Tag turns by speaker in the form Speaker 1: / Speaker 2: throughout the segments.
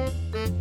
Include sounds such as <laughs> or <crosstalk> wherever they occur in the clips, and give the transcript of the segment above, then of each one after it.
Speaker 1: 好的，好的，好的，
Speaker 2: 好的，好的，好的，好的，好
Speaker 3: 好的，好的，好的，好的，好的，好的，
Speaker 4: 好的，好的，
Speaker 5: 好的，好的，好的，好的，好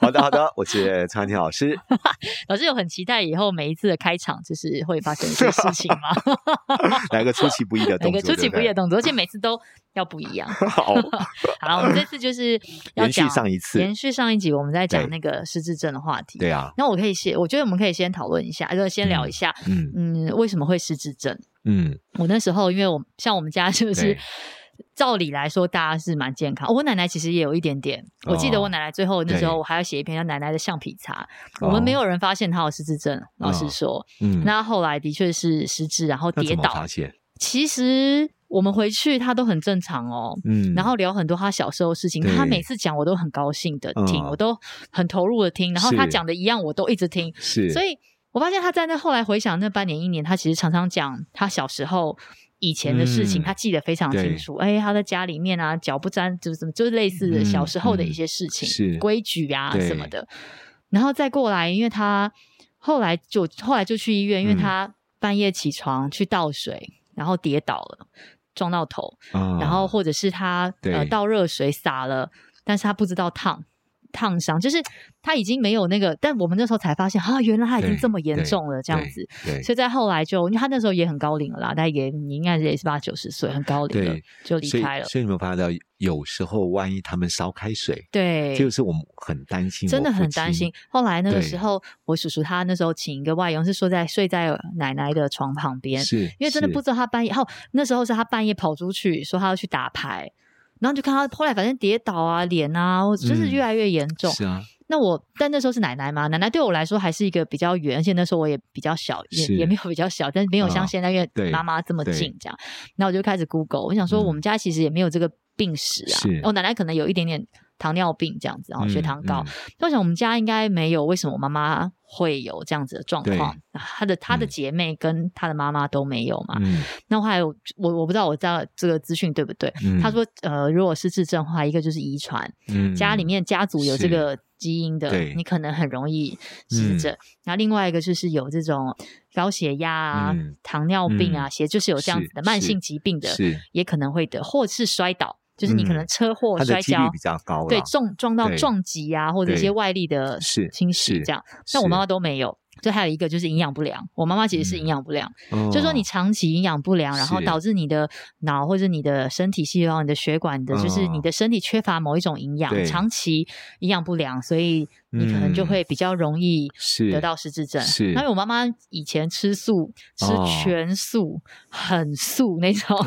Speaker 4: 好的，好的，我是陈安婷老
Speaker 2: <laughs>
Speaker 4: 师。
Speaker 2: 老师，有很期待以后每一次的开场就是会发生一些事情吗？
Speaker 4: 来个出其不意的
Speaker 2: 每
Speaker 4: 动
Speaker 2: 个
Speaker 4: 作，
Speaker 2: 出其不意的
Speaker 4: 的
Speaker 2: 动作，而且每次都要不一样。
Speaker 4: <laughs> 好，
Speaker 2: 好，我们这次就是要
Speaker 4: 延
Speaker 2: 讲
Speaker 4: 续上一次，
Speaker 2: 延续上一集我们在讲
Speaker 4: 对
Speaker 2: 那个失智症的话题。
Speaker 4: 对啊，
Speaker 2: 那我可以先，我觉得我们可以先讨论一下，就是先聊一下，
Speaker 4: 嗯
Speaker 2: 嗯，为什么会失智症？
Speaker 4: 嗯，
Speaker 2: 我那时候因为我像我们家就是
Speaker 4: 对，
Speaker 2: 照理来说大家是蛮健康，哦我奶奶其实也有一点点。我记得我奶奶最后那时候
Speaker 4: 哦对
Speaker 2: 我还要写一篇叫奶奶的橡皮擦，
Speaker 4: 哦
Speaker 2: 我们没有人发现她有失智症，老实
Speaker 4: 哦
Speaker 2: 说，
Speaker 4: 嗯，
Speaker 2: 那后来的确是失智，然后
Speaker 4: 那
Speaker 2: 跌
Speaker 4: 怎么
Speaker 2: 倒
Speaker 4: 发。现？
Speaker 2: 其实我们回去她都很正常哦。
Speaker 4: 嗯，
Speaker 2: 然后聊很多她小时候的事情，
Speaker 4: 对
Speaker 2: 她每次讲我都很高兴的听，
Speaker 4: 嗯
Speaker 2: 我都很投入的听，然后她
Speaker 4: 是
Speaker 2: 讲的一样我都一直听，
Speaker 4: 是，
Speaker 2: 所以我发现他在那后来回想那半年一年，他其实常常讲他小时候以前的事情，
Speaker 4: 嗯
Speaker 2: 他记得非常清楚。哎，他在家里面啊，脚不沾就是什么，就是类似的
Speaker 4: 嗯
Speaker 2: 小时候的一些事情、
Speaker 4: 嗯是
Speaker 2: 规矩啊
Speaker 4: 对
Speaker 2: 什么的。然后再过来，因为他后来就后来就去医院，因为
Speaker 4: 嗯
Speaker 2: 他半夜起床去倒水，然后跌倒了，撞到头，
Speaker 4: 啊
Speaker 2: 然后或者是他呃
Speaker 4: 对
Speaker 2: 倒热水洒了，但是他不知道烫烫伤，就是他已经没有那个，但我们那时候才发现啊，原来他已经
Speaker 4: 对
Speaker 2: 这么严
Speaker 4: 对
Speaker 2: 重了，这样
Speaker 4: 对
Speaker 2: 子。
Speaker 4: 对
Speaker 2: 所以在后来就，因为他那时候也很高龄了啦，他也你应该也是八九十岁，很高龄了
Speaker 4: 对，
Speaker 2: 就离
Speaker 4: 所以
Speaker 2: 开了。
Speaker 4: 所以你们发现到，有时候万一他们烧开水，
Speaker 2: 对
Speaker 4: 这，就是我们很担心，
Speaker 2: 真的
Speaker 4: 我父
Speaker 2: 很担
Speaker 4: 亲
Speaker 2: 心。。后来那个
Speaker 4: 对
Speaker 2: 时候，我叔叔他那时候请一个外佣，是说在睡在奶奶的床旁边，
Speaker 4: 是，
Speaker 2: 因为真的
Speaker 4: 是
Speaker 2: 不知道他半夜，然后那时候是他半夜跑出去说他要去打牌，然后就看他后来反正跌倒啊、脸啊，就是
Speaker 4: 嗯
Speaker 2: 越来越严重。
Speaker 4: 是啊，
Speaker 2: 那我但那时候是奶奶嘛，奶奶对我来说还是一个比较远，而且那时候我也比较小，也
Speaker 4: 是
Speaker 2: 也没有比较小，但没有像
Speaker 4: 啊
Speaker 2: 现在因为
Speaker 4: 对
Speaker 2: 妈妈这么
Speaker 4: 对
Speaker 2: 近这样。那我就开始 Google，我想说
Speaker 4: 嗯
Speaker 2: 我们家其实也没有这个病史啊
Speaker 4: 是，
Speaker 2: 我奶奶可能有一点点糖尿病这样子，然后血
Speaker 4: 嗯
Speaker 2: 糖高，
Speaker 4: 嗯
Speaker 2: 那我想我们家应该没有，为什么我妈妈会有这样子的状
Speaker 4: 对
Speaker 2: 况？啊她的她的
Speaker 4: 嗯
Speaker 2: 姐妹跟她的妈妈都没有嘛？
Speaker 4: 嗯
Speaker 2: 那后来我我我不知道我知道这个资讯对不对？
Speaker 4: 嗯
Speaker 2: 她说，呃，如果失智症的话，一个就是遗传，
Speaker 4: 嗯
Speaker 2: 家里面家族有这
Speaker 4: 是
Speaker 2: 个基因的
Speaker 4: 对，嗯
Speaker 2: 你可能很容易失智症。然后另外一个就是有这种高血压啊、
Speaker 4: 嗯
Speaker 2: 糖尿病啊，
Speaker 4: 嗯
Speaker 2: 血就是有这样
Speaker 4: 是
Speaker 2: 子的慢
Speaker 4: 是
Speaker 2: 性疾病的，
Speaker 4: 是
Speaker 2: 也可能会得，或是摔倒，就是你可能
Speaker 4: 嗯
Speaker 2: 车祸、
Speaker 4: 它
Speaker 2: 摔
Speaker 4: 的几率
Speaker 2: 跤
Speaker 4: 比。较高啦，
Speaker 2: 对，撞撞到
Speaker 4: 对
Speaker 2: 撞击啊，或者一些
Speaker 4: 对
Speaker 2: 外力的
Speaker 4: 是
Speaker 2: 侵袭
Speaker 4: 是
Speaker 2: 这样。那我
Speaker 4: 是
Speaker 2: 妈妈都没有。就还有一个就是营养不良，我妈妈其实是营养不良，
Speaker 4: 哦
Speaker 2: 就是说你长期营养不良，然后
Speaker 4: 是
Speaker 2: 导致你的脑或者你的身体细胞、你的血管的，就是你
Speaker 4: 哦
Speaker 2: 的身体缺乏某一种营养，
Speaker 4: 对
Speaker 2: 长期营养不良，所以你可能就
Speaker 4: 嗯
Speaker 2: 会比较容易
Speaker 4: 是
Speaker 2: 得到失智症。
Speaker 4: 是
Speaker 2: 那因为我妈妈以前吃素，吃
Speaker 4: 哦
Speaker 2: 全素，很素那种，
Speaker 4: <laughs>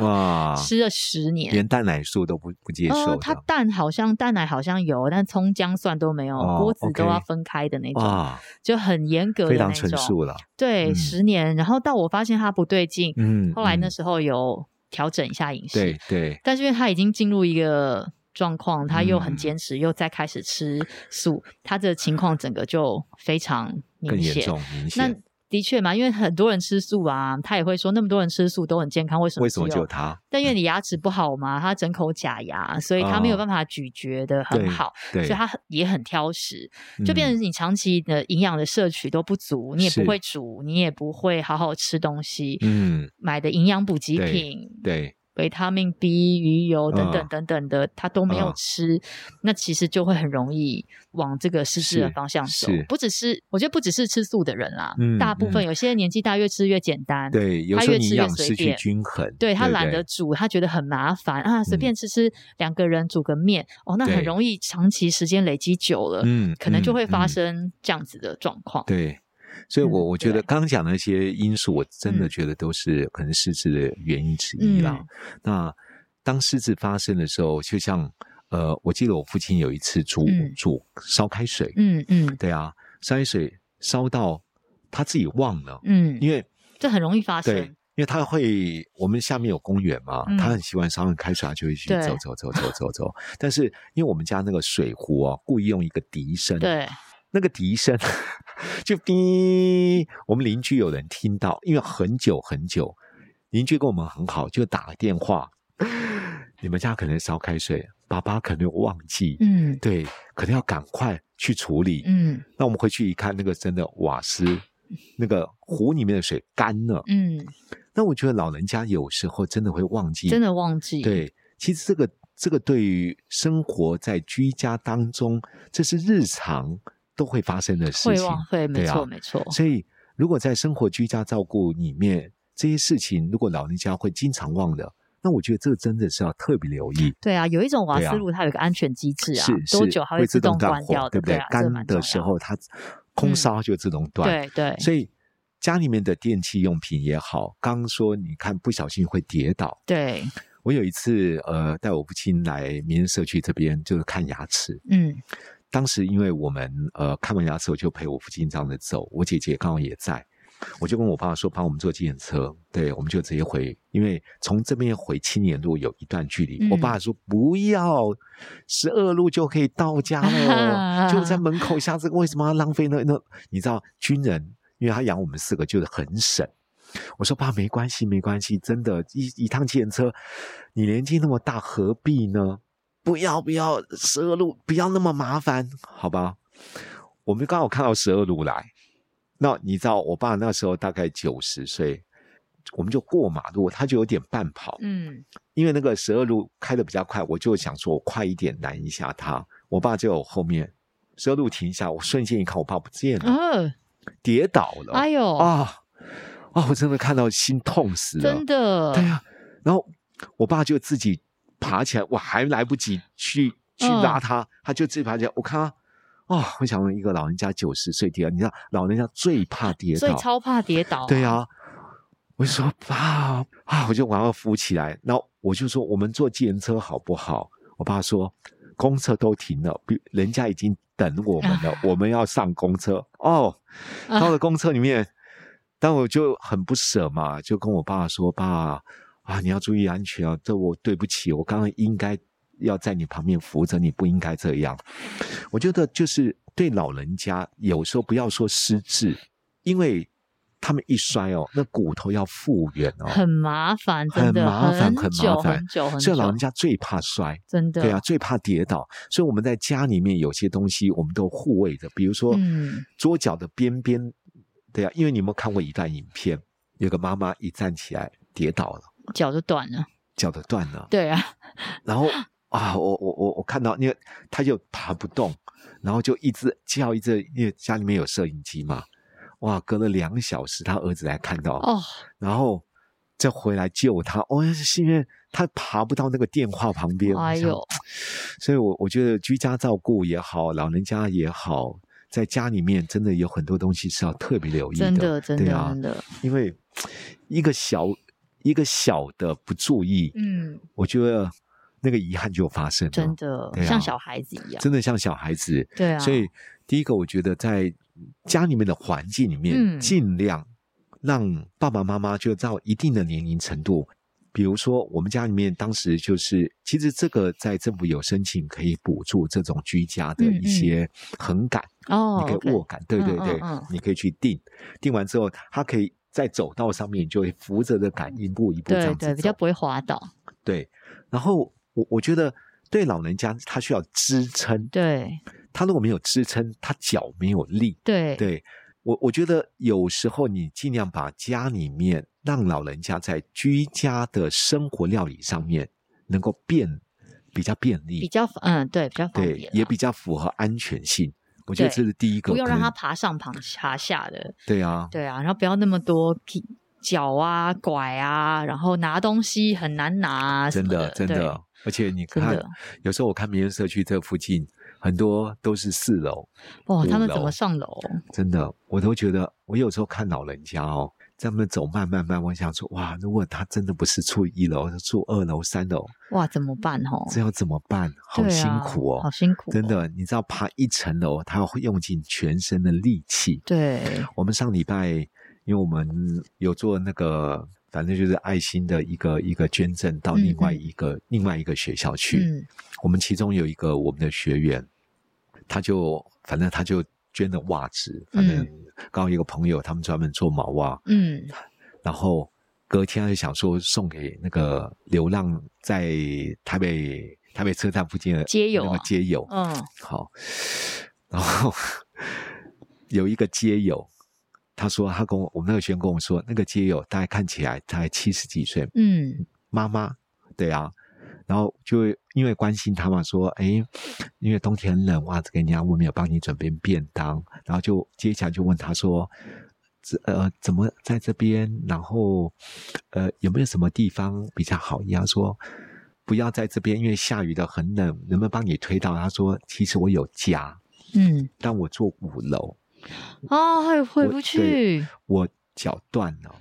Speaker 2: <laughs>
Speaker 4: 哇，
Speaker 2: 吃了十年，
Speaker 4: 连蛋奶素都不不接
Speaker 2: 呃
Speaker 4: 受，
Speaker 2: 它
Speaker 4: 的，
Speaker 2: 蛋好像蛋奶好像有，但葱姜蒜都没有，
Speaker 4: 哦
Speaker 2: 锅子
Speaker 4: OK
Speaker 2: 都要分开的那种，
Speaker 4: 哇，
Speaker 2: 就很严格的
Speaker 4: 非
Speaker 2: 那
Speaker 4: 常
Speaker 2: 种。
Speaker 4: 纯素了。
Speaker 2: 对，
Speaker 4: 嗯
Speaker 2: 十年。然后到我发现它不对劲，
Speaker 4: 嗯，
Speaker 2: 后来那
Speaker 4: 嗯
Speaker 2: 时候有调整一下饮食，
Speaker 4: 对对
Speaker 2: 但是因为他已经进入一个状况，他又很
Speaker 4: 嗯
Speaker 2: 坚持，又再开始吃素，他的情况整个就非常
Speaker 4: 更
Speaker 2: 明
Speaker 4: 严
Speaker 2: 显。
Speaker 4: 重明
Speaker 2: 那
Speaker 4: 显，
Speaker 2: 的确嘛，因为很多人吃素啊，他也会说那么多人吃素都很健康，为什么
Speaker 4: 为什么
Speaker 2: 只
Speaker 4: 只有它？
Speaker 2: 但因为你牙齿不好嘛，他整口假牙，所以他没有
Speaker 4: 哦
Speaker 2: 办法咀嚼的很
Speaker 4: 对
Speaker 2: 好，所
Speaker 4: 对，
Speaker 2: 以他也很挑食，就变
Speaker 4: 嗯
Speaker 2: 成你长期的营养的摄取都不足，你也不
Speaker 4: 是
Speaker 2: 会煮，你也不会好好吃东西，
Speaker 4: 嗯，
Speaker 2: 买的营养补给
Speaker 4: 对
Speaker 2: 品。
Speaker 4: 对，
Speaker 2: 维他命 B、鱼油等等
Speaker 4: 嗯
Speaker 2: 等等的，他都没有
Speaker 4: 嗯
Speaker 2: 吃，那其实就会很容易往这个失智的
Speaker 4: 是
Speaker 2: 方向走
Speaker 4: 是。
Speaker 2: 不只是我觉得不只是吃素的人啦，
Speaker 4: 嗯
Speaker 2: 大部分有些年纪大越吃越简单，
Speaker 4: 对，有
Speaker 2: 它
Speaker 4: 时候
Speaker 2: 越
Speaker 4: 你
Speaker 2: 吃
Speaker 4: 营
Speaker 2: 越
Speaker 4: 养
Speaker 2: 随
Speaker 4: 失去
Speaker 2: 便
Speaker 4: 均衡，
Speaker 2: 对他
Speaker 4: 不
Speaker 2: 懒得煮，他觉得很麻烦啊，随便吃吃两个人煮个面，哦，那很
Speaker 4: 嗯对
Speaker 2: 容易长期时间累积久了，
Speaker 4: 嗯，
Speaker 2: 可能就
Speaker 4: 嗯
Speaker 2: 会发。
Speaker 4: 嗯
Speaker 2: 生这样子的状况。
Speaker 4: 对，所以我，
Speaker 2: 嗯
Speaker 4: 我觉
Speaker 2: 对
Speaker 4: 得刚刚讲的那些因素，我真的
Speaker 2: 嗯
Speaker 4: 觉得都是可能失智的原因之一啦。那当失智发生的时候，就像呃，我记得我父亲有一次煮、
Speaker 2: 嗯
Speaker 4: 煮烧开水，
Speaker 2: 嗯嗯
Speaker 4: 对啊，烧开水烧到他自己忘了，
Speaker 2: 嗯，
Speaker 4: 因为
Speaker 2: 这很容易发
Speaker 4: 对，
Speaker 2: 生。
Speaker 4: 因为他会，我们下面有公园嘛，
Speaker 2: 嗯
Speaker 4: 他很喜欢烧完开水，他就会去
Speaker 2: 对
Speaker 4: 走走走走走走。但是因为我们家那个水壶哦，故意用一个笛声，
Speaker 2: 对，
Speaker 4: 那个笛声就滴，我们邻居有人听到，因为很久很久，邻居跟我们很好，就打了电话，你们家可能烧开水，爸爸可能忘记，
Speaker 2: 嗯
Speaker 4: 对，可能要赶快去处理。
Speaker 2: 嗯
Speaker 4: 那我们回去一看，那个真的瓦斯，那个壶里面的水干了。
Speaker 2: 嗯，
Speaker 4: 那我觉得老人家有时候真的会忘记，
Speaker 2: 真的忘记，，
Speaker 4: 对。其实这个这个对于生活在居家当中，这是日常都会发生的事
Speaker 2: 会
Speaker 4: 情。
Speaker 2: 忘会，没
Speaker 4: 对啊
Speaker 2: 错没错，
Speaker 4: 所以，如果在生活居家照顾里面，这些事情如果老人家会经常忘的，那我觉得这个真的是要特别留意。
Speaker 2: 对啊，有一种瓦
Speaker 4: 对啊
Speaker 2: 斯炉它有一个安全机制啊
Speaker 4: 是，
Speaker 2: 多
Speaker 4: 是
Speaker 2: 久它
Speaker 4: 会
Speaker 2: 自动
Speaker 4: 断
Speaker 2: 关
Speaker 4: 火
Speaker 2: 掉
Speaker 4: 对
Speaker 2: 的，
Speaker 4: 不对？
Speaker 2: 啊，这
Speaker 4: 干
Speaker 2: 蛮
Speaker 4: 的
Speaker 2: 重
Speaker 4: 时
Speaker 2: 要嗯
Speaker 4: 候它空烧就自动断。
Speaker 2: 对对，
Speaker 4: 所以家里面的电器用品也好，刚刚说你看不小心会跌倒。
Speaker 2: 对，
Speaker 4: 我有一次呃带我父亲来民生社区这边就是看牙齿，
Speaker 2: 嗯
Speaker 4: 当时因为我们呃看完牙齿我就陪我父亲这样子走，我姐姐刚好也在。我就跟我爸说，帮我们坐计程车，对，我们就直接回，因为从这边回青年路有一段距离。
Speaker 2: 嗯
Speaker 4: 我爸说不要，十二路就可以到家了，就在门口。下次为什么要浪费呢？那你知道军人，因为他养我们四个就是很省。我说爸，没关系，没关系，真的，一一趟计程车，你年纪那么大，何必呢？不要不要，十二路不要那么麻烦，好吧？我们刚好看到十二路来，那你知道我爸那时候大概九十岁，我们就过马路，他就有点半跑，
Speaker 2: 嗯
Speaker 4: 因为那个十二路开的比较快，我就想说我快一点拦一下他，我爸就有后面十二路停一下，我瞬间一看我爸不见了，
Speaker 2: 嗯，
Speaker 4: 跌倒了，
Speaker 2: 哎呦，
Speaker 4: 啊啊！我真的看到心痛死了，
Speaker 2: 真的，
Speaker 4: 对呀、然后我爸就自己爬起来，我还来不及去去
Speaker 2: 嗯
Speaker 4: 拉他，他就自己爬起来。我看他，啊、我想问一个老人家九十岁跌倒，你知道老人家最怕跌
Speaker 2: 所以
Speaker 4: 倒，
Speaker 2: 超怕跌倒，
Speaker 4: 对呀、，啊我就说爸啊，我就赶快扶起来，然后我就说我们坐计程车好不好？我爸说公车都停了，比人家已经等我们
Speaker 2: <laughs>
Speaker 4: 了，我们要上公车哦。
Speaker 2: 啊
Speaker 4: 到了公车里面，但我就很不舍嘛，就跟我爸说：“爸啊，你要注意安全啊！这我对不起，我刚刚应该要在你旁边扶着你，不应该这样。”我觉得就是对老人家，有时候不要说失智，因为他们一摔哦，那骨头要复原哦，
Speaker 2: 很麻烦，真
Speaker 4: 很
Speaker 2: 的
Speaker 4: 麻烦很麻
Speaker 2: 久
Speaker 4: 烦
Speaker 2: 很久很
Speaker 4: 所以老
Speaker 2: 久
Speaker 4: 人，家最怕摔。
Speaker 2: 真的，
Speaker 4: 对啊，，最怕跌倒，所以我们在家里面有些东西我们都护卫的，比如说
Speaker 2: 嗯
Speaker 4: 桌角的边边，对啊，因为你有没有看过一段影片，有个妈妈一站起来跌倒了，
Speaker 2: 脚就断了，
Speaker 4: 脚都断了，
Speaker 2: 对啊，
Speaker 4: 然后啊，我我我我看到，因为她就爬不动，然后就一直叫一直，因为家里面有摄影机嘛，哇，隔了两小时，他儿子才看到，
Speaker 2: 哦，
Speaker 4: 然后再回来救他。哦，是因为他爬不到那个电话旁边。我
Speaker 2: 哎
Speaker 4: 想
Speaker 2: 呦，
Speaker 4: 所以我我觉得居家照顾也好，老人家也好，在家里面真的有很多东西是要特别留意
Speaker 2: 真的
Speaker 4: 的，
Speaker 2: 真
Speaker 4: 对
Speaker 2: 的
Speaker 4: 啊
Speaker 2: 真，的，
Speaker 4: 因为一个小一个小的不注意，
Speaker 2: 嗯，
Speaker 4: 我觉得那个遗憾就发生了，
Speaker 2: 真的
Speaker 4: 对啊
Speaker 2: 像小孩子一样，
Speaker 4: 真的像小孩子。
Speaker 2: 对啊，
Speaker 4: 所以第一个，我觉得在家里面的环境里面，
Speaker 2: 嗯
Speaker 4: 尽量让爸爸妈妈就到一定的年龄程度。比如说，我们家里面当时就是，其实这个在政府有申请可以补助这种居家的
Speaker 2: 嗯
Speaker 4: 一些横杆，
Speaker 2: 哦
Speaker 4: 你可以
Speaker 2: ，OK
Speaker 4: 握杆，对对对，
Speaker 2: 嗯嗯嗯
Speaker 4: 你可以去定，定完之后，它可以在走道上面就会扶着的杆一步一步这
Speaker 2: 对
Speaker 4: 样子
Speaker 2: 对，比较
Speaker 4: 走
Speaker 2: 不会滑倒，
Speaker 4: 对。然后我我觉得对老人家他需要支撑，
Speaker 2: 对
Speaker 4: 他如果没有支撑，他脚没有力，
Speaker 2: 对
Speaker 4: 对我，我觉得有时候你尽量把家里面让老人家在居家的生活料理上面能够变比较便
Speaker 2: 比
Speaker 4: 利，
Speaker 2: 较嗯对比较方
Speaker 4: 对
Speaker 2: 便，，
Speaker 4: 也比较符合安全性。我觉得
Speaker 2: 对
Speaker 4: 这是第一个，
Speaker 2: 不用
Speaker 4: 可
Speaker 2: 让
Speaker 4: 能
Speaker 2: 他爬上爬爬下的，
Speaker 4: 对啊，
Speaker 2: 对啊，然后不要那么多踢脚啊、拐啊，然后拿东西很难拿啊什
Speaker 4: 真
Speaker 2: 么
Speaker 4: 的真
Speaker 2: 对
Speaker 4: 的，而且你
Speaker 2: 真
Speaker 4: 看
Speaker 2: 的，
Speaker 4: 有时候我看民生社区这附近很多都是四楼，
Speaker 2: 哇，
Speaker 4: 五
Speaker 2: 他们怎
Speaker 4: 楼
Speaker 2: 么上楼？
Speaker 4: 真的，我都觉得，我有时候看老人家哦，在他们走慢慢慢，我想说，哇，如果他真的不是住一楼，是住二楼、三楼，
Speaker 2: 哇，怎么办哦？
Speaker 4: 这要怎么办？好
Speaker 2: 对
Speaker 4: 辛
Speaker 2: 啊
Speaker 4: 苦哦，
Speaker 2: 好辛苦、
Speaker 4: 真。的。你知道爬一层楼，他要用尽全身的力气。
Speaker 2: 对，
Speaker 4: 我们上礼拜，因为我们有做那个，反正就是爱心的一个一个捐赠到
Speaker 2: 嗯
Speaker 4: 另外
Speaker 2: 嗯
Speaker 4: 一个、另外一个学校去。
Speaker 2: 嗯
Speaker 4: 我们其中有一个我们的学员，他就反正他就捐的袜子，反正刚好有个朋友他们专门做毛袜，
Speaker 2: 嗯
Speaker 4: 然后隔天他就想说送给那个流浪在台北台北车站附近的
Speaker 2: 街友
Speaker 4: 那个
Speaker 2: 啊
Speaker 4: 街友，
Speaker 2: 嗯，
Speaker 4: 好，然后有一个街友，他说他跟我我们那个学员跟我说，那个街友大概看起来大概七十几岁，
Speaker 2: 嗯
Speaker 4: 妈妈，对啊，然后就会因为关心他嘛，说，哎，因为冬天很冷，袜子给你啊，我们有帮你准备便当，然后就接下来就问他说，这呃怎么在这边，然后呃有没有什么地方比较好一样说。不要在这边，因为下雨的很冷，能不能帮你推到？他说：“其实我有家，
Speaker 2: 嗯，
Speaker 4: 但我住五楼，
Speaker 2: 哦，还回
Speaker 4: 我
Speaker 2: 不
Speaker 4: 对
Speaker 2: 去，
Speaker 4: 我脚断了，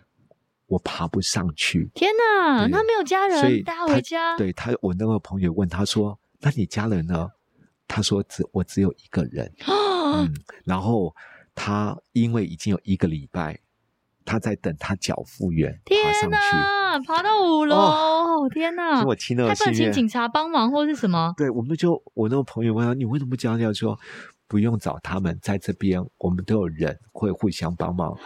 Speaker 4: 我爬不上去。
Speaker 2: 天哪，
Speaker 4: 对
Speaker 2: 他没有家
Speaker 4: 所
Speaker 2: 人，
Speaker 4: 以
Speaker 2: 带他
Speaker 4: 他
Speaker 2: 回家，
Speaker 4: 对他，我那个朋友问他说：“那你家人呢？”他说：“只我只有一个人。”
Speaker 2: 啊，
Speaker 4: 嗯，然后他因为已经有一个礼拜，他在等他脚复原
Speaker 2: <gasps>
Speaker 4: 爬
Speaker 2: 天
Speaker 4: 上去。
Speaker 2: 哪，爬到五楼，天
Speaker 4: 所
Speaker 2: 哪
Speaker 4: 以，我听到
Speaker 2: 他
Speaker 4: 的
Speaker 2: 不能
Speaker 4: 信
Speaker 2: 请
Speaker 4: 念
Speaker 2: 警察帮忙或是什么？
Speaker 4: 对，我们就我那个朋友问他：“你为什么不讲讲？”说不用找他们，在这边我们都有人会互相帮忙。我回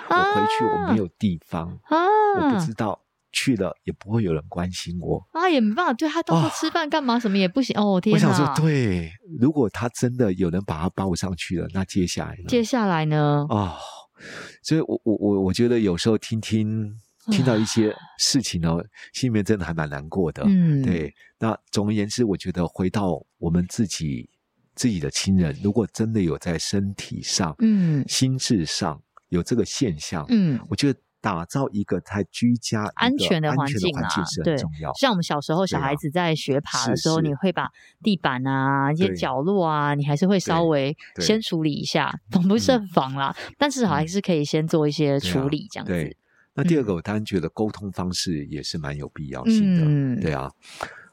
Speaker 4: 去我
Speaker 2: 啊
Speaker 4: 没有地方，我不
Speaker 2: 啊
Speaker 4: 知道去了也不会有人关心我。
Speaker 2: 啊，也没办法，对他到时候
Speaker 4: 哦
Speaker 2: 吃饭干嘛什么也不行。哦，天
Speaker 4: 我想说
Speaker 2: 哪，！
Speaker 4: 对，如果他真的有人把他抱上去了，那接下来呢？
Speaker 2: 接下来呢？
Speaker 4: 哦，所以我我我我觉得有时候听听听到一些事情哦，心里面真的还蛮难过的。
Speaker 2: 嗯，，
Speaker 4: 对，那总而言之，我觉得回到我们自己自己的亲人，如果真的有在身体上、
Speaker 2: 嗯
Speaker 4: 心智上有这个现象，
Speaker 2: 嗯，
Speaker 4: 我觉得打造一个在居家一
Speaker 2: 安
Speaker 4: 个
Speaker 2: 全的
Speaker 4: 安
Speaker 2: 环
Speaker 4: 全
Speaker 2: 境
Speaker 4: 的
Speaker 2: 啊
Speaker 4: 环境是，
Speaker 2: 对
Speaker 4: 很重要，。
Speaker 2: 像我们小时候小
Speaker 4: 对啊
Speaker 2: 孩子在学爬的
Speaker 4: 是
Speaker 2: 时候，
Speaker 4: 是
Speaker 2: 你会把地板啊、一些
Speaker 4: 对
Speaker 2: 角落啊，你还是会稍
Speaker 4: 对
Speaker 2: 微
Speaker 4: 对嗯
Speaker 2: 先处理一下，防不胜防啦。但至少还是可以先做一些
Speaker 4: 对
Speaker 2: 处
Speaker 4: 啊
Speaker 2: 理，这样子
Speaker 4: 对。，那第二
Speaker 2: 嗯
Speaker 4: 个，我当然觉得沟通方式也是蛮有必要性的。
Speaker 2: 嗯
Speaker 4: 对啊，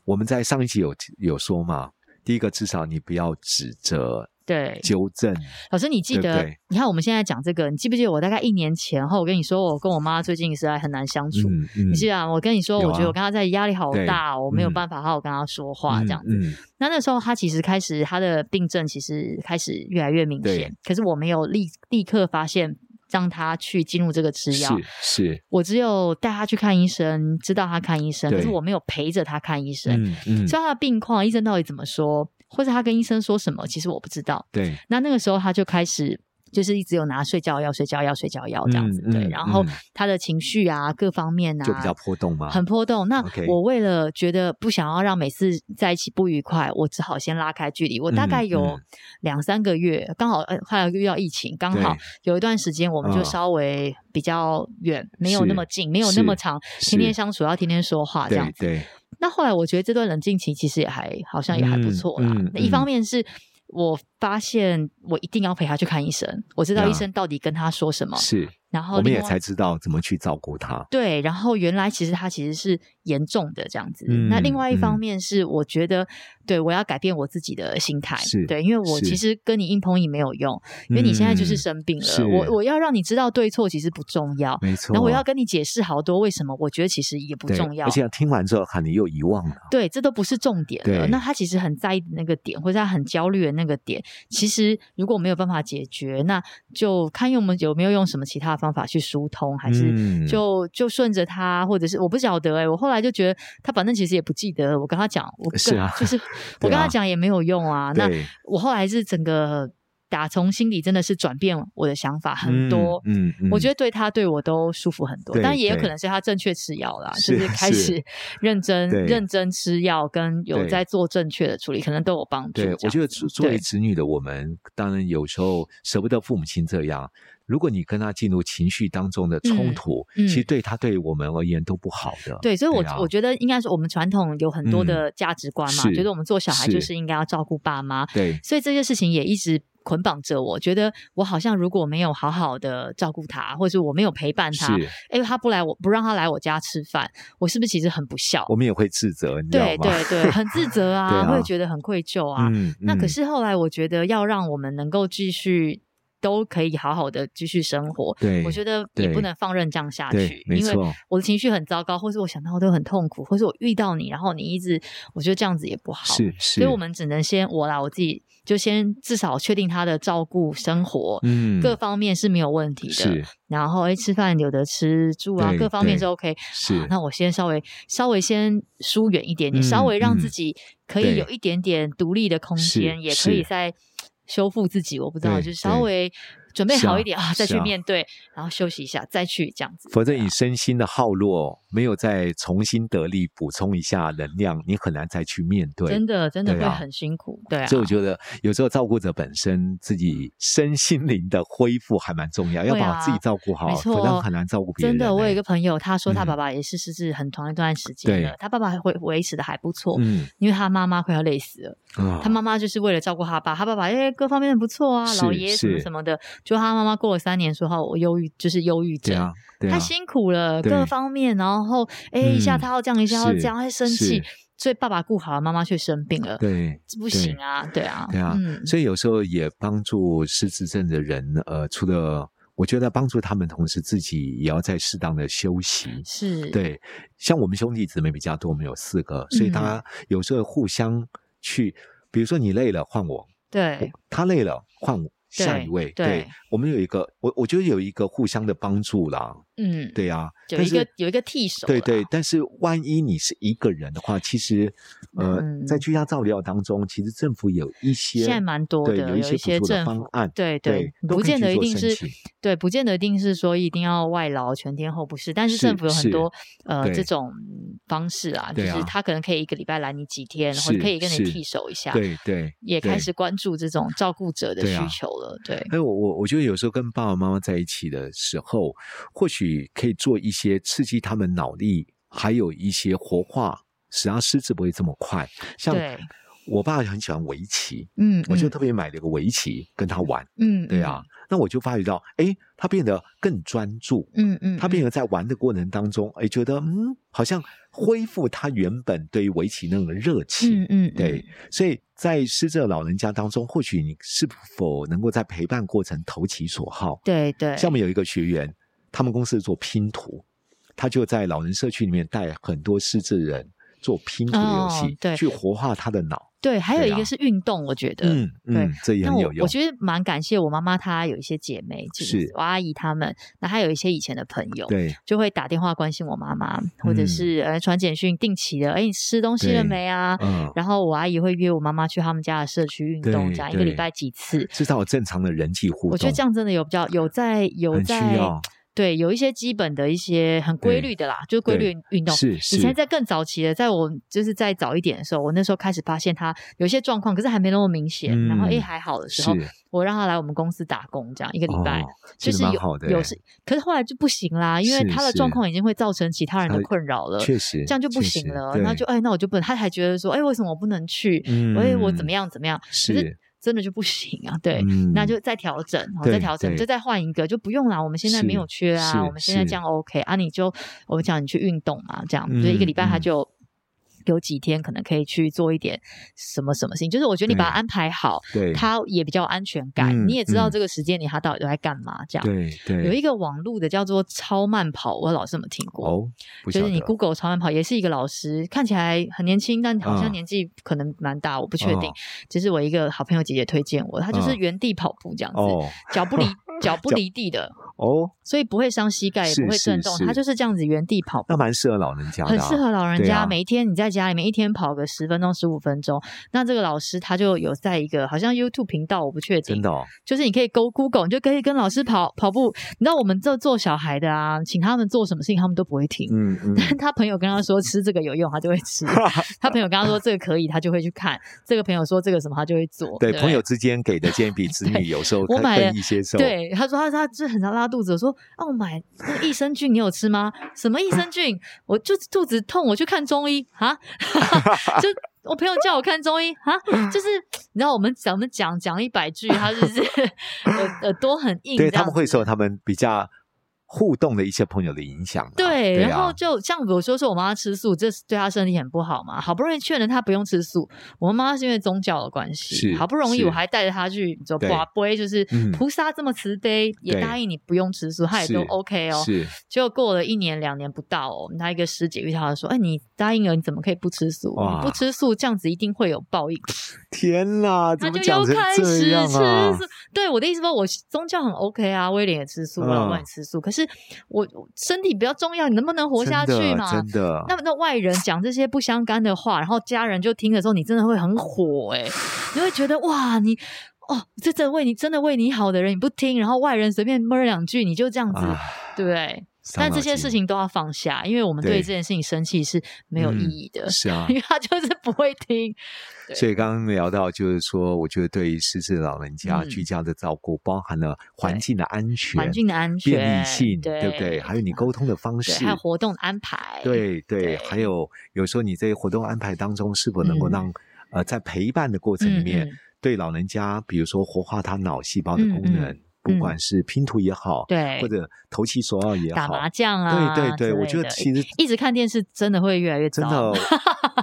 Speaker 4: 我们在上一集有有说嘛，第一个至少你不要指责、
Speaker 2: 对，
Speaker 4: 纠正，
Speaker 2: 老师，你记
Speaker 4: 对不
Speaker 2: 得？
Speaker 4: 对
Speaker 2: 你看我们现在讲这个，你记不记得我大概一年前后，我跟你说我跟我妈最近实在很难相处。
Speaker 4: 嗯嗯
Speaker 2: 你记得、啊、我跟你说，
Speaker 4: 有
Speaker 2: 我觉得
Speaker 4: 啊
Speaker 2: 我跟她在压力好
Speaker 4: 对
Speaker 2: 大哦，我没有
Speaker 4: 嗯
Speaker 2: 办法好好跟她说话这样子。
Speaker 4: 嗯，嗯
Speaker 2: 那那时候他其实开始他的病症其实开始越来越明显
Speaker 4: 对，
Speaker 2: 可是我没有立立刻发现让他去进入这个吃药
Speaker 4: 嗯是，是，
Speaker 2: 我只有带他去看医生，知道他看医生，
Speaker 4: 对
Speaker 2: 可是我没有陪着他看医生，
Speaker 4: 嗯嗯，
Speaker 2: 所以他的病况医生到底怎么说，或者他跟医生说什么，其实我不知道。
Speaker 4: 对，
Speaker 2: 那那个时候他就开始。就是一直有拿睡觉药、睡觉药、睡觉药这样子，
Speaker 4: 嗯
Speaker 2: 对。
Speaker 4: 嗯
Speaker 2: 然后
Speaker 4: 嗯
Speaker 2: 他的情绪啊，各方面啊，
Speaker 4: 就比较波动嘛，
Speaker 2: 很波动。那
Speaker 4: OK
Speaker 2: 我为了觉得不想要让每次在一起不愉快，我只好先拉开距离。我大概
Speaker 4: 嗯
Speaker 2: 有
Speaker 4: 嗯
Speaker 2: 两三个月，刚好呃快要遇到疫情，刚好
Speaker 4: 对
Speaker 2: 有一段时间我们就
Speaker 4: 嗯
Speaker 2: 稍微比较远，没有那么近，没有那
Speaker 4: 是
Speaker 2: 么长，天天相处要天天说话这样
Speaker 4: 对
Speaker 2: 子。
Speaker 4: 对，
Speaker 2: 那后来我觉得这段冷静期其实也还好像也还不
Speaker 4: 嗯
Speaker 2: 错啦。
Speaker 4: 嗯
Speaker 2: 那一
Speaker 4: 嗯
Speaker 2: 方面是。我发现我一定要陪他去看医生，我知道医
Speaker 4: 呀
Speaker 2: 生到底跟他说什么，
Speaker 4: 是，
Speaker 2: 哦然后
Speaker 4: 我们
Speaker 2: 另
Speaker 4: 也
Speaker 2: 外
Speaker 4: 才知道怎么去照顾他，
Speaker 2: 对，然后原来其实它其实是严重的这样子。
Speaker 4: 嗯
Speaker 2: 那另外一方
Speaker 4: 嗯
Speaker 2: 面是，我觉得、对我要改变我自己的心态，
Speaker 4: 是
Speaker 2: 对，因为我
Speaker 4: 是
Speaker 2: 其实跟你硬碰硬没有用，因为你现在就是
Speaker 4: 嗯
Speaker 2: 生病了，
Speaker 4: 是
Speaker 2: 我我要让你知道对错其实不重要，
Speaker 4: 没错，
Speaker 2: 然后我要跟你解释好多为什么，我觉得其实也不
Speaker 4: 对
Speaker 2: 重要
Speaker 4: 而。且听完之后，喊你又遗忘了，
Speaker 2: 对，这都不是重点了。
Speaker 4: 对
Speaker 2: 那他其实很在意的那个点，或者他很焦虑的那个点，其实如果没有办法解决，那就看用我们有没有用什么其他的方法去疏通，还是
Speaker 4: 嗯
Speaker 2: 就就顺着他，或者是我不晓得哎、我后来就觉得他反正其实也不记得，我跟他讲，我跟
Speaker 4: 是啊
Speaker 2: 就是我跟他讲也没有用啊。那
Speaker 4: 对
Speaker 2: 我后来是整个打从心底真的是转变我的想法很多。
Speaker 4: 嗯，嗯
Speaker 2: 我觉
Speaker 4: 得
Speaker 2: 得对他对我都舒服很多，
Speaker 4: 对
Speaker 2: 但也有
Speaker 4: 对
Speaker 2: 可能是他正确吃药啦，
Speaker 4: 是
Speaker 2: 就是开
Speaker 4: 是
Speaker 2: 始认真
Speaker 4: 对
Speaker 2: 认真吃药，跟有
Speaker 4: 对
Speaker 2: 在做正确的处理，可能都有帮助这
Speaker 4: 对
Speaker 2: 样。，
Speaker 4: 我觉得作作为
Speaker 2: 对
Speaker 4: 子女的我们，当然有时候舍不得父母亲这样。如果你跟他进入情绪当中的冲突，
Speaker 2: 嗯嗯
Speaker 4: 其实对他对我们而言都不好的。
Speaker 2: 对，所以我，我、
Speaker 4: 啊
Speaker 2: 觉得应该是我们传统有很多
Speaker 4: 嗯
Speaker 2: 的价值观嘛，
Speaker 4: 是
Speaker 2: 觉得我们做小孩就是是应该要照顾爸妈，
Speaker 4: 对
Speaker 2: 所以这些事情也一直捆绑着我，觉得我好像如果没有好好的照顾他，或者是我没有陪伴他，
Speaker 4: 是，
Speaker 2: 哎，他不来我不让他来我家吃饭，我是不是其实很不孝
Speaker 4: 我？们也会自责，你知道
Speaker 2: 对
Speaker 4: 吗？
Speaker 2: 对对，很自责
Speaker 4: <laughs> 对
Speaker 2: 啊，
Speaker 4: 啊
Speaker 2: 会觉得很愧疚啊。
Speaker 4: 嗯，
Speaker 2: 那可
Speaker 4: 嗯
Speaker 2: 是后来我觉得要让我们能够继续。都可以好好的继续生活。
Speaker 4: 对，
Speaker 2: 我觉得你不
Speaker 4: 对
Speaker 2: 能放任这样下
Speaker 4: 对
Speaker 2: 去，，
Speaker 4: 没
Speaker 2: 因为
Speaker 4: 错，
Speaker 2: 我的情绪很糟糕，或是我想到都很痛苦，或是我遇到你，然后你一直，我觉得这样子也不好。
Speaker 4: 是是，
Speaker 2: 所以我们只能先我啦，我自己就先至少确定他的照顾生活。
Speaker 4: 嗯
Speaker 2: 各方面是没有问题的，
Speaker 4: 是
Speaker 2: 然后哎，吃饭有的吃，住啊，
Speaker 4: 对
Speaker 2: 各方面
Speaker 4: 对
Speaker 2: 是 OK。
Speaker 4: 是
Speaker 2: 啊，那我先稍微稍微先疏远一点点，
Speaker 4: 嗯
Speaker 2: 稍微让
Speaker 4: 嗯
Speaker 2: 自己可
Speaker 4: 对
Speaker 2: 以有一点点独立的空
Speaker 4: 是
Speaker 2: 间，也可以
Speaker 4: 是
Speaker 2: 再修复自己。我不知道，
Speaker 4: 对
Speaker 2: 就是稍
Speaker 4: 对
Speaker 2: 微准备
Speaker 4: 是
Speaker 2: 好
Speaker 4: 啊
Speaker 2: 一点啊，再
Speaker 4: 是
Speaker 2: 去
Speaker 4: 啊
Speaker 2: 面对，然后休息一下，再去这样子。
Speaker 4: 否则
Speaker 2: 对啊
Speaker 4: 你身心的耗落，没有再重新得力补充一下能量，你很难再去面对。
Speaker 2: 真的真的
Speaker 4: 对
Speaker 2: 会
Speaker 4: 啊
Speaker 2: 很辛苦，对啊。嗯
Speaker 4: 所以我觉得，有时候照顾者本身自己身心灵的恢复还蛮重要，要
Speaker 2: 会啊
Speaker 4: 把自己照顾好，
Speaker 2: 没
Speaker 4: 否则
Speaker 2: 错，
Speaker 4: 很难照顾别人
Speaker 2: 真
Speaker 4: 欸。
Speaker 2: 的，我有一个朋友，他说他
Speaker 4: 嗯
Speaker 2: 爸爸也是失智很长一段时间了，
Speaker 4: 对
Speaker 2: 他爸爸会维持的还不错，
Speaker 4: 嗯
Speaker 2: 因为他妈妈快要累死了。
Speaker 4: 啊
Speaker 2: 他妈妈就是为了照顾他爸，他爸爸哎、各方面都不错啊，
Speaker 4: 是
Speaker 2: 老爷什么
Speaker 4: 是
Speaker 2: 什么的。就他妈妈过了三年说，哈，哦我忧郁就是忧郁
Speaker 4: 对
Speaker 2: 症，
Speaker 4: 啊，对
Speaker 2: 太
Speaker 4: 啊，
Speaker 2: 辛苦了，
Speaker 4: 对
Speaker 2: 各方面，然后哎、
Speaker 4: 嗯
Speaker 2: 一下他要这样，一下要这
Speaker 4: 是
Speaker 2: 样，会生气
Speaker 4: 是，
Speaker 2: 所以爸爸顾好了，妈妈却生病了，
Speaker 4: 对。
Speaker 2: 这不行啊，对啊，
Speaker 4: 对啊，
Speaker 2: 嗯，
Speaker 4: 所以有时候也帮助失智症的人，呃，除了我觉得帮助他们，同时自己也要在适当的休息。
Speaker 2: 是，
Speaker 4: 对，像我们兄弟姊妹比较多，我们有四个，
Speaker 2: 嗯
Speaker 4: 所以大家有时候互相去，比如说你累了换我，
Speaker 2: 对
Speaker 4: 哦他累了换我下
Speaker 2: 对
Speaker 4: 一位。
Speaker 2: 对
Speaker 4: 我们有一个，我我觉得有一个互相的帮助啦。
Speaker 2: 嗯，
Speaker 4: 对啊，
Speaker 2: 有
Speaker 4: 但
Speaker 2: 一
Speaker 4: 是
Speaker 2: 个有一个替手啦，
Speaker 4: 对对，但是万一你是一个人的话，其实呃，
Speaker 2: 嗯
Speaker 4: 在居家照料当中，其实政府有一些
Speaker 2: 现在蛮多
Speaker 4: 对
Speaker 2: 的，
Speaker 4: 有
Speaker 2: 一
Speaker 4: 一些不
Speaker 2: 些
Speaker 4: 错的
Speaker 2: 政
Speaker 4: 方
Speaker 2: 府。
Speaker 4: 案。
Speaker 2: 对
Speaker 4: 对都
Speaker 2: 不
Speaker 4: 可以
Speaker 2: 见
Speaker 4: 去
Speaker 2: 得一
Speaker 4: 做
Speaker 2: 定
Speaker 4: 申
Speaker 2: 是
Speaker 4: 请
Speaker 2: 对，不见得一定是说一定要外劳全天候不是，但是
Speaker 4: 是
Speaker 2: 政府有很
Speaker 4: 是
Speaker 2: 多呃
Speaker 4: 对
Speaker 2: 这种方式啊，就
Speaker 4: 对
Speaker 2: 是
Speaker 4: 啊
Speaker 2: 他可能可以一个礼拜来你几天，然后
Speaker 4: 是
Speaker 2: 可以跟你
Speaker 4: 是
Speaker 2: 替手一下，
Speaker 4: 对对，
Speaker 2: 也开
Speaker 4: 对
Speaker 2: 始关注这种照顾者的
Speaker 4: 对
Speaker 2: 需
Speaker 4: 啊
Speaker 2: 求了，对，
Speaker 4: 哎，我我我觉得有时候跟爸爸妈妈在一起的时候，或许可以做一些刺激他们脑力，还有一些活化，使他失智不会这么快。像
Speaker 2: 对
Speaker 4: 我爸很喜欢围棋，
Speaker 2: 嗯，
Speaker 4: 我就
Speaker 2: 嗯
Speaker 4: 特别买了个围棋跟他玩。
Speaker 2: 嗯，
Speaker 4: 对啊，那我就发觉到，哎，他变得更专注。
Speaker 2: 嗯，嗯嗯，
Speaker 4: 他变得在玩的过程当中，哎，觉得嗯，好像恢复他原本对于围棋那种热情。
Speaker 2: 嗯嗯，嗯
Speaker 4: 对，，所以在失智的老人家当中，或许你是否能够在陪伴过程投其所好？
Speaker 2: 对对，
Speaker 4: 像我们有一个学员，他们公司做拼图，他就在老人社区里面带很多失智人做拼图的游戏，
Speaker 2: 哦对
Speaker 4: 去活化他的脑。
Speaker 2: 对，还有
Speaker 4: 对
Speaker 2: 一个
Speaker 4: 啊
Speaker 2: 是运动，我觉得，
Speaker 4: 嗯嗯，这也
Speaker 2: 那
Speaker 4: 很
Speaker 2: 我
Speaker 4: 有用。
Speaker 2: 我觉得蛮感谢我妈妈，她有一些姐妹，就是
Speaker 4: 是
Speaker 2: 我阿姨她们，那还有一些以前的朋友，
Speaker 4: 对
Speaker 2: 就会打电话关心我妈妈，或者
Speaker 4: 嗯
Speaker 2: 是呃传简讯定期的，哎，你吃东西了
Speaker 4: 对
Speaker 2: 没啊？
Speaker 4: 嗯，
Speaker 2: 然后我阿姨会约我妈妈去他们家的社区运动，
Speaker 4: 对
Speaker 2: 这样一个礼
Speaker 4: 对
Speaker 2: 拜几次。
Speaker 4: 至少有正常的人际互动，
Speaker 2: 我觉得这样真的有比较有在有
Speaker 4: 很需
Speaker 2: 在
Speaker 4: 要。
Speaker 2: 对有一些基本的一些很规
Speaker 4: 对
Speaker 2: 律的啦，就是规律运动。
Speaker 4: 是
Speaker 2: 以
Speaker 4: 是，
Speaker 2: 前在更早期的，在我就是在早一点的时候，我那时候开始发现他有一些状况，可是还没那么明显。然后
Speaker 4: 嗯
Speaker 2: 诶还好的时
Speaker 4: 是
Speaker 2: 候，我让他来我们公司打工，这样一个礼拜，
Speaker 4: 哦
Speaker 2: 就
Speaker 4: 其
Speaker 2: 是
Speaker 4: 实蛮
Speaker 2: 有
Speaker 4: 好的
Speaker 2: 有
Speaker 4: 欸
Speaker 2: 是，可是后来就不行啦，因为
Speaker 4: 是
Speaker 2: 他的
Speaker 4: 是
Speaker 2: 状况已经会造成其他人的
Speaker 4: 他
Speaker 2: 困扰了，
Speaker 4: 确实
Speaker 2: 这样就不
Speaker 4: 确
Speaker 2: 行
Speaker 4: 实
Speaker 2: 了。
Speaker 4: 对
Speaker 2: 那就哎，那我就不能，他还觉得说，哎，为什么我不能去？
Speaker 4: 嗯
Speaker 2: 哎，我怎么样怎么样？可是
Speaker 4: 是
Speaker 2: 真的就不行啊，对。
Speaker 4: 嗯
Speaker 2: 那就再调整，哦
Speaker 4: 对
Speaker 2: 再调整，
Speaker 4: 对
Speaker 2: 就再换一个，就不用啦。我们现在没有
Speaker 4: 是
Speaker 2: 缺
Speaker 4: 是
Speaker 2: 啊，我们现在
Speaker 4: 是
Speaker 2: 这样 OK 啊。你就我们讲你去运动嘛，这样，所以一个
Speaker 4: 嗯
Speaker 2: 礼拜他
Speaker 4: 嗯
Speaker 2: 就有几天可能可以去做一点什么什么事情，就是我觉得你把它
Speaker 4: 对
Speaker 2: 安排好，
Speaker 4: 对
Speaker 2: 他也比较有安全感，
Speaker 4: 嗯
Speaker 2: 你也知道
Speaker 4: 嗯
Speaker 2: 这个时间点他到底都在干嘛，这样。
Speaker 4: 对对
Speaker 2: 有一个网络的叫做超慢跑，我老是有没有听过。
Speaker 4: 哦，不
Speaker 2: 就
Speaker 4: 晓
Speaker 2: 是你
Speaker 4: 得
Speaker 2: Google 超慢跑，也是一个老师，看起来很年轻，但好像
Speaker 4: 嗯
Speaker 2: 年纪可能蛮大，我不确定
Speaker 4: 哦。
Speaker 2: 就是我一个好朋友姐姐推荐我，她就是
Speaker 4: 嗯
Speaker 2: 原地跑步这样子，
Speaker 4: 哦
Speaker 2: 脚
Speaker 4: <laughs>
Speaker 2: 不离脚不离地的，
Speaker 4: 哦，
Speaker 2: 所以不会伤膝盖，也
Speaker 4: 是
Speaker 2: 不会震动，
Speaker 4: 是是
Speaker 2: 她就是这样子原地跑步
Speaker 4: 那。蛮适合老人家的、啊，
Speaker 2: 很适合老人
Speaker 4: 对
Speaker 2: 家，
Speaker 4: 啊
Speaker 2: 每一天你在家里面一天跑个十分钟、十五分钟。那这个老师他就有在一个好像 YouTube 频道，我不确定，
Speaker 4: 真的、哦。
Speaker 2: 就是你可以勾 Google，你就可以跟老师跑跑步。你知道我们这做小孩的啊，请他们做什么事情，他们都不会听。
Speaker 4: 嗯
Speaker 2: <laughs>
Speaker 4: 嗯，
Speaker 2: 但他朋友跟他说吃这个有用，他就会
Speaker 4: <laughs>
Speaker 2: 吃；他朋友跟他说这个可以，他就会去看；这个朋友说这个什么，他就会做。
Speaker 4: 对，
Speaker 2: 不
Speaker 4: 朋友之间给的建议比子
Speaker 2: 对
Speaker 4: 女有时候
Speaker 2: 我
Speaker 4: 更
Speaker 2: 买了
Speaker 4: 更易接受。
Speaker 2: 对，他说他他就是很常拉肚子。我说啊，我买那个益生菌，你有吃吗？什么益生菌？我就肚子痛，我去看中医
Speaker 4: <laughs>
Speaker 2: 啊。就我朋友叫我看中医啊，就是你知道我们讲我们讲讲一百句，他就是 <laughs> 耳耳朵很硬这
Speaker 4: 对，
Speaker 2: 样子，
Speaker 4: 他们会说他们比较互动的一些朋友的影响啊、
Speaker 2: 对，然后
Speaker 4: 啊
Speaker 2: 就像比如说，说我妈妈吃素，这是对她身体很不好嘛。好不容易劝了她不用吃素，我妈妈是因为宗教的关系，
Speaker 4: 是
Speaker 2: 好不容易
Speaker 4: 是
Speaker 2: 我还带着她去走
Speaker 4: 对
Speaker 2: 华杯，就是
Speaker 4: 嗯
Speaker 2: 菩萨这么慈悲，也
Speaker 4: 对
Speaker 2: 答应你不用吃素，她也都
Speaker 4: 是
Speaker 2: OK 哦。
Speaker 4: 是
Speaker 2: 结果过了一年两年不到哦，她一个师姐遇到她说：“哎，你答应了，你怎么可以不吃素？
Speaker 4: 哇
Speaker 2: 你不吃素这样子一定会有报应。”
Speaker 4: 天哪，
Speaker 2: 他
Speaker 4: 怎么
Speaker 2: 就
Speaker 4: 讲
Speaker 2: 又
Speaker 4: 成
Speaker 2: 开
Speaker 4: 这
Speaker 2: 始
Speaker 4: 样
Speaker 2: 吃素。
Speaker 4: 啊？
Speaker 2: 对我的意思说，我宗教很 OK 啊，威廉也吃素，我老
Speaker 4: 嗯
Speaker 2: 公也吃素。可是我我身体比较重要，你能不能活下去嘛？
Speaker 4: 真的，
Speaker 2: 那
Speaker 4: 真的
Speaker 2: 么那外人讲这些不相干的话，然后家人就听的时候，你真的会很火哎、你会觉得哇，你哦，这真的为你真的为你好的人你不听，然后外人随便闷两句，你就这样子，
Speaker 4: 唉
Speaker 2: 对不对？
Speaker 4: 伤
Speaker 2: 但这
Speaker 4: 脑
Speaker 2: 些
Speaker 4: 筋
Speaker 2: 事情都要放下，因为我们对
Speaker 4: 对
Speaker 2: 这件事情生气是没有意
Speaker 4: 嗯
Speaker 2: 义的， <laughs>
Speaker 4: 是啊
Speaker 2: 因，为他就是不会听。对
Speaker 4: 所以刚刚聊到，就是说，我觉得对于失智老人家
Speaker 2: 嗯
Speaker 4: 居家的照顾，包含了环
Speaker 2: 对
Speaker 4: 境的安全、
Speaker 2: 环境的安全、
Speaker 4: 便利性，
Speaker 2: 对
Speaker 4: 对不对？还有你沟通的方
Speaker 2: 对
Speaker 4: 式
Speaker 2: 还，有活动的安排，
Speaker 4: 对
Speaker 2: 对
Speaker 4: 对，还有有时候你在活动安排当中，是否能够
Speaker 2: 嗯
Speaker 4: 让呃在陪伴的过程
Speaker 2: 嗯，
Speaker 4: 里面
Speaker 2: 嗯，
Speaker 4: 对老人家，比如说活化他脑细胞的
Speaker 2: 嗯
Speaker 4: 功
Speaker 2: 嗯
Speaker 4: 能，不
Speaker 2: 嗯
Speaker 4: 管是拼图也好，
Speaker 2: 对
Speaker 4: 或者投其所好也
Speaker 2: 打
Speaker 4: 好
Speaker 2: 麻，将啊，
Speaker 4: 对对对，
Speaker 2: 之
Speaker 4: 我
Speaker 2: 类
Speaker 4: 觉得
Speaker 2: 的
Speaker 4: 其实
Speaker 2: 一直看电视真的会越来越糟 <laughs>
Speaker 4: 真的，哦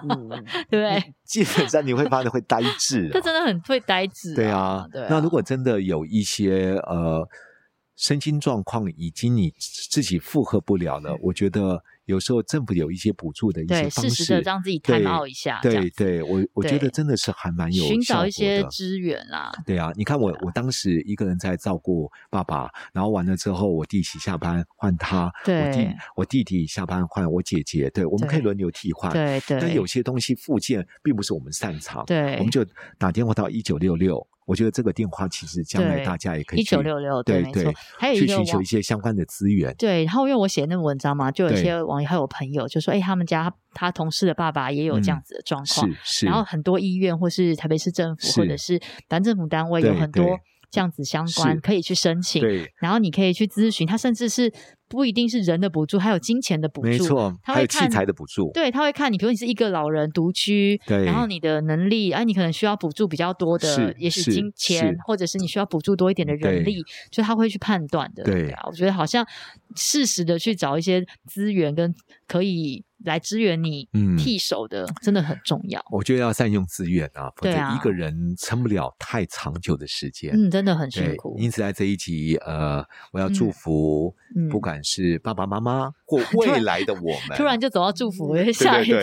Speaker 4: 嗯，
Speaker 2: 对，
Speaker 4: 基本上你会发现会呆滞
Speaker 2: <laughs> 这
Speaker 4: 啊。
Speaker 2: 真的很会呆滞、
Speaker 4: 对
Speaker 2: 啊
Speaker 4: 啊，，
Speaker 2: 对
Speaker 4: 那如果真的有一些呃身心状况已经你自己负荷不了了，我觉得有时候政府有一些补助的一些
Speaker 2: 嗯对
Speaker 4: 方
Speaker 2: 适
Speaker 4: 式，
Speaker 2: 时的让自己
Speaker 4: 对
Speaker 2: time out 一下，这样
Speaker 4: 对
Speaker 2: 子
Speaker 4: 对，我我觉
Speaker 2: 对
Speaker 4: 得真的是还蛮有
Speaker 2: 寻
Speaker 4: 效
Speaker 2: 找
Speaker 4: 果
Speaker 2: 一些
Speaker 4: 的。
Speaker 2: 资源啦，
Speaker 4: 对啊，你看我，我当时一个人在照顾爸爸，然后完了之后，我弟媳下班换他，我弟
Speaker 2: 对
Speaker 4: 我弟弟下班换我姐姐，对，我们可以
Speaker 2: 对
Speaker 4: 轮流替换。
Speaker 2: 对对，
Speaker 4: 但有些东西附件并不是我们擅长，
Speaker 2: 对
Speaker 4: 我们就打电话到一九六六。我觉得这个电话其实将来
Speaker 2: 对
Speaker 4: 大家也可以
Speaker 2: 一
Speaker 4: 去
Speaker 2: 九六六，
Speaker 4: 对
Speaker 2: 没错
Speaker 4: 对，
Speaker 2: 还有
Speaker 4: 去
Speaker 2: 一个
Speaker 4: 寻求
Speaker 2: 网
Speaker 4: 一些相关的资源。
Speaker 2: 对，然后因为我写那个文章嘛，就有一
Speaker 4: 对
Speaker 2: 些网友还有朋友就说，哎、他们家他同事的爸爸也有这样
Speaker 4: 嗯
Speaker 2: 子的状况，
Speaker 4: 是是，
Speaker 2: 然后很多医院或是台北市政府
Speaker 4: 是
Speaker 2: 或者是反政府单位
Speaker 4: 对
Speaker 2: 有很多
Speaker 4: 对
Speaker 2: 这样子相关
Speaker 4: 是
Speaker 2: 可以去申请，
Speaker 4: 对，
Speaker 2: 然后你可以去咨询，它甚至是不一定是人的补助，还有金钱的补助，
Speaker 4: 没错，
Speaker 2: 他
Speaker 4: 还
Speaker 2: 会
Speaker 4: 有器
Speaker 2: 看
Speaker 4: 材的补助，
Speaker 2: 对，他会看你，比如你是一个老人独居，
Speaker 4: 对
Speaker 2: 然后你的能力，啊，你可能需要补助比较多的
Speaker 4: 是，
Speaker 2: 也许
Speaker 4: 是
Speaker 2: 金钱
Speaker 4: 是，
Speaker 2: 或者是你需要补助多一点的人
Speaker 4: 对
Speaker 2: 力，就他会去判断的。
Speaker 4: 对
Speaker 2: 啊，我觉得好像适时的去找一些资源跟可以来支援你
Speaker 4: 嗯
Speaker 2: 替手的，真的很重要。
Speaker 4: 我觉得要善用资源啊，否
Speaker 2: 对
Speaker 4: 则
Speaker 2: 啊
Speaker 4: 一个人撑不了太长久的时间。
Speaker 2: 嗯，真的很
Speaker 4: 对
Speaker 2: 辛苦，。
Speaker 4: 因此在这一集，呃，我要祝
Speaker 2: 嗯
Speaker 4: 福，
Speaker 2: 嗯
Speaker 4: 不管是爸爸妈妈或
Speaker 2: <laughs>
Speaker 4: 未
Speaker 2: 然
Speaker 4: 来的我们，
Speaker 2: 突然就走到祝福，我也
Speaker 4: 嗯对
Speaker 2: <laughs> 吓一跳。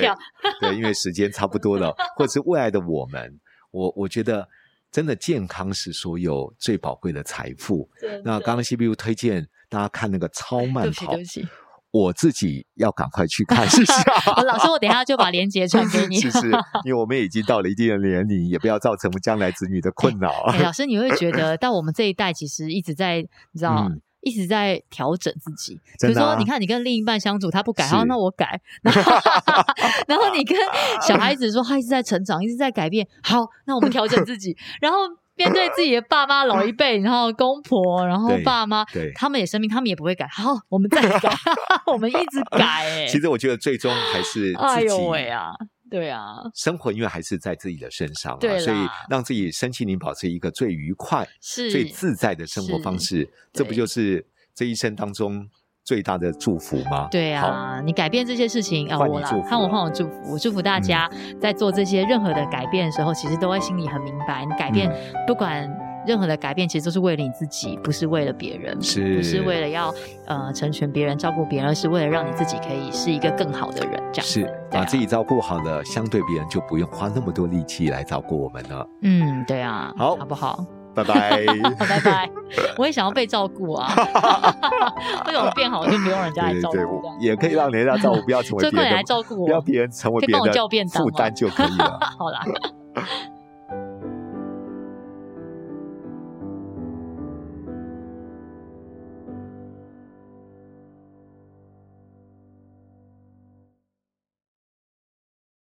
Speaker 4: 对 <laughs> 对对，因为时间差不多了，或者是未来的我们，我我觉得真的健康是所有最宝贵的财富。那刚刚 CPU 推荐大家看那个超慢
Speaker 2: 对不起，
Speaker 4: 跑
Speaker 2: 对，不起，
Speaker 4: 我自己要赶快去看一下。
Speaker 2: <laughs> 我老师，
Speaker 4: <laughs>
Speaker 2: 我等一下就把链接传给你。
Speaker 4: 啊是是，因为我们已经到了一定的年龄，也不要造成将来子女的困扰。
Speaker 2: 哎，老师，你会觉得到我们这一代，其实一直在，你知道。
Speaker 4: 嗯
Speaker 2: 一直在调整自己，比
Speaker 4: 真
Speaker 2: 如
Speaker 4: 的
Speaker 2: 说，
Speaker 4: 啊
Speaker 2: 你看你跟另一半相处，他不改，
Speaker 4: 是
Speaker 2: 好，那我
Speaker 4: <laughs>
Speaker 2: 改，然后然后你跟小孩子说，他一直在成长，一直在改变，好，那我们调整自己，然后面对自己的爸妈、老一辈，然后公婆，然后
Speaker 4: 对
Speaker 2: 爸妈，
Speaker 4: <laughs> 对
Speaker 2: 他们也生病，他们也不会改，好，我们再改， <laughs> 我们一直改、哎，
Speaker 4: <laughs> 其实我觉得最终还是
Speaker 2: 哎
Speaker 4: 自
Speaker 2: 呦喂
Speaker 4: 己。
Speaker 2: 啊，对啊，
Speaker 4: 生活因为还是在自己的身上
Speaker 2: 对
Speaker 4: 嘛，
Speaker 2: 啦
Speaker 4: 所以让自己身心灵保持一个最愉快、
Speaker 2: 是
Speaker 4: 最自在的生活方式，这不
Speaker 2: 对
Speaker 4: 就是这一生当中最大的祝福吗？
Speaker 2: 对
Speaker 4: 好，
Speaker 2: 啊，你改变这些事情啊，
Speaker 4: 换
Speaker 2: 我
Speaker 4: 你
Speaker 2: 啦
Speaker 4: 祝，福嗯
Speaker 2: 看我
Speaker 4: 了
Speaker 2: 换我祝福，我祝福大家在做这些任何的改变的时候，其实都会心里很明白，你改变、
Speaker 4: 嗯
Speaker 2: 不管任何的改变，其实都是为了你自己，不是为了别人，
Speaker 4: 是
Speaker 2: 不是为了要呃成全别人、照顾别人，而是为了让你自己可以是一个更好的人，这样
Speaker 4: 是
Speaker 2: 对啊
Speaker 4: 把自己照顾好了，相对别人就不用花那么多力气来照顾我们了。
Speaker 2: 嗯，对啊，
Speaker 4: 好
Speaker 2: 好不好？<laughs>
Speaker 4: 拜拜，
Speaker 2: 好，拜拜。我也想要被照顾
Speaker 4: <laughs>
Speaker 2: 啊，为什么变好就不用人家来
Speaker 4: 对
Speaker 2: 照
Speaker 4: 对
Speaker 2: 顾这
Speaker 4: 对，
Speaker 2: 样
Speaker 4: 我？也可以让人家照顾，不要成为
Speaker 2: 就
Speaker 4: 别
Speaker 2: 快
Speaker 4: 人
Speaker 2: 点
Speaker 4: 的
Speaker 2: <laughs> 来照顾我，
Speaker 4: 不要别人成为
Speaker 2: 可以
Speaker 4: 别
Speaker 2: 帮
Speaker 4: 人
Speaker 2: 我叫便
Speaker 4: 的
Speaker 2: 当吗
Speaker 4: 负担就可以了。
Speaker 2: 好啦。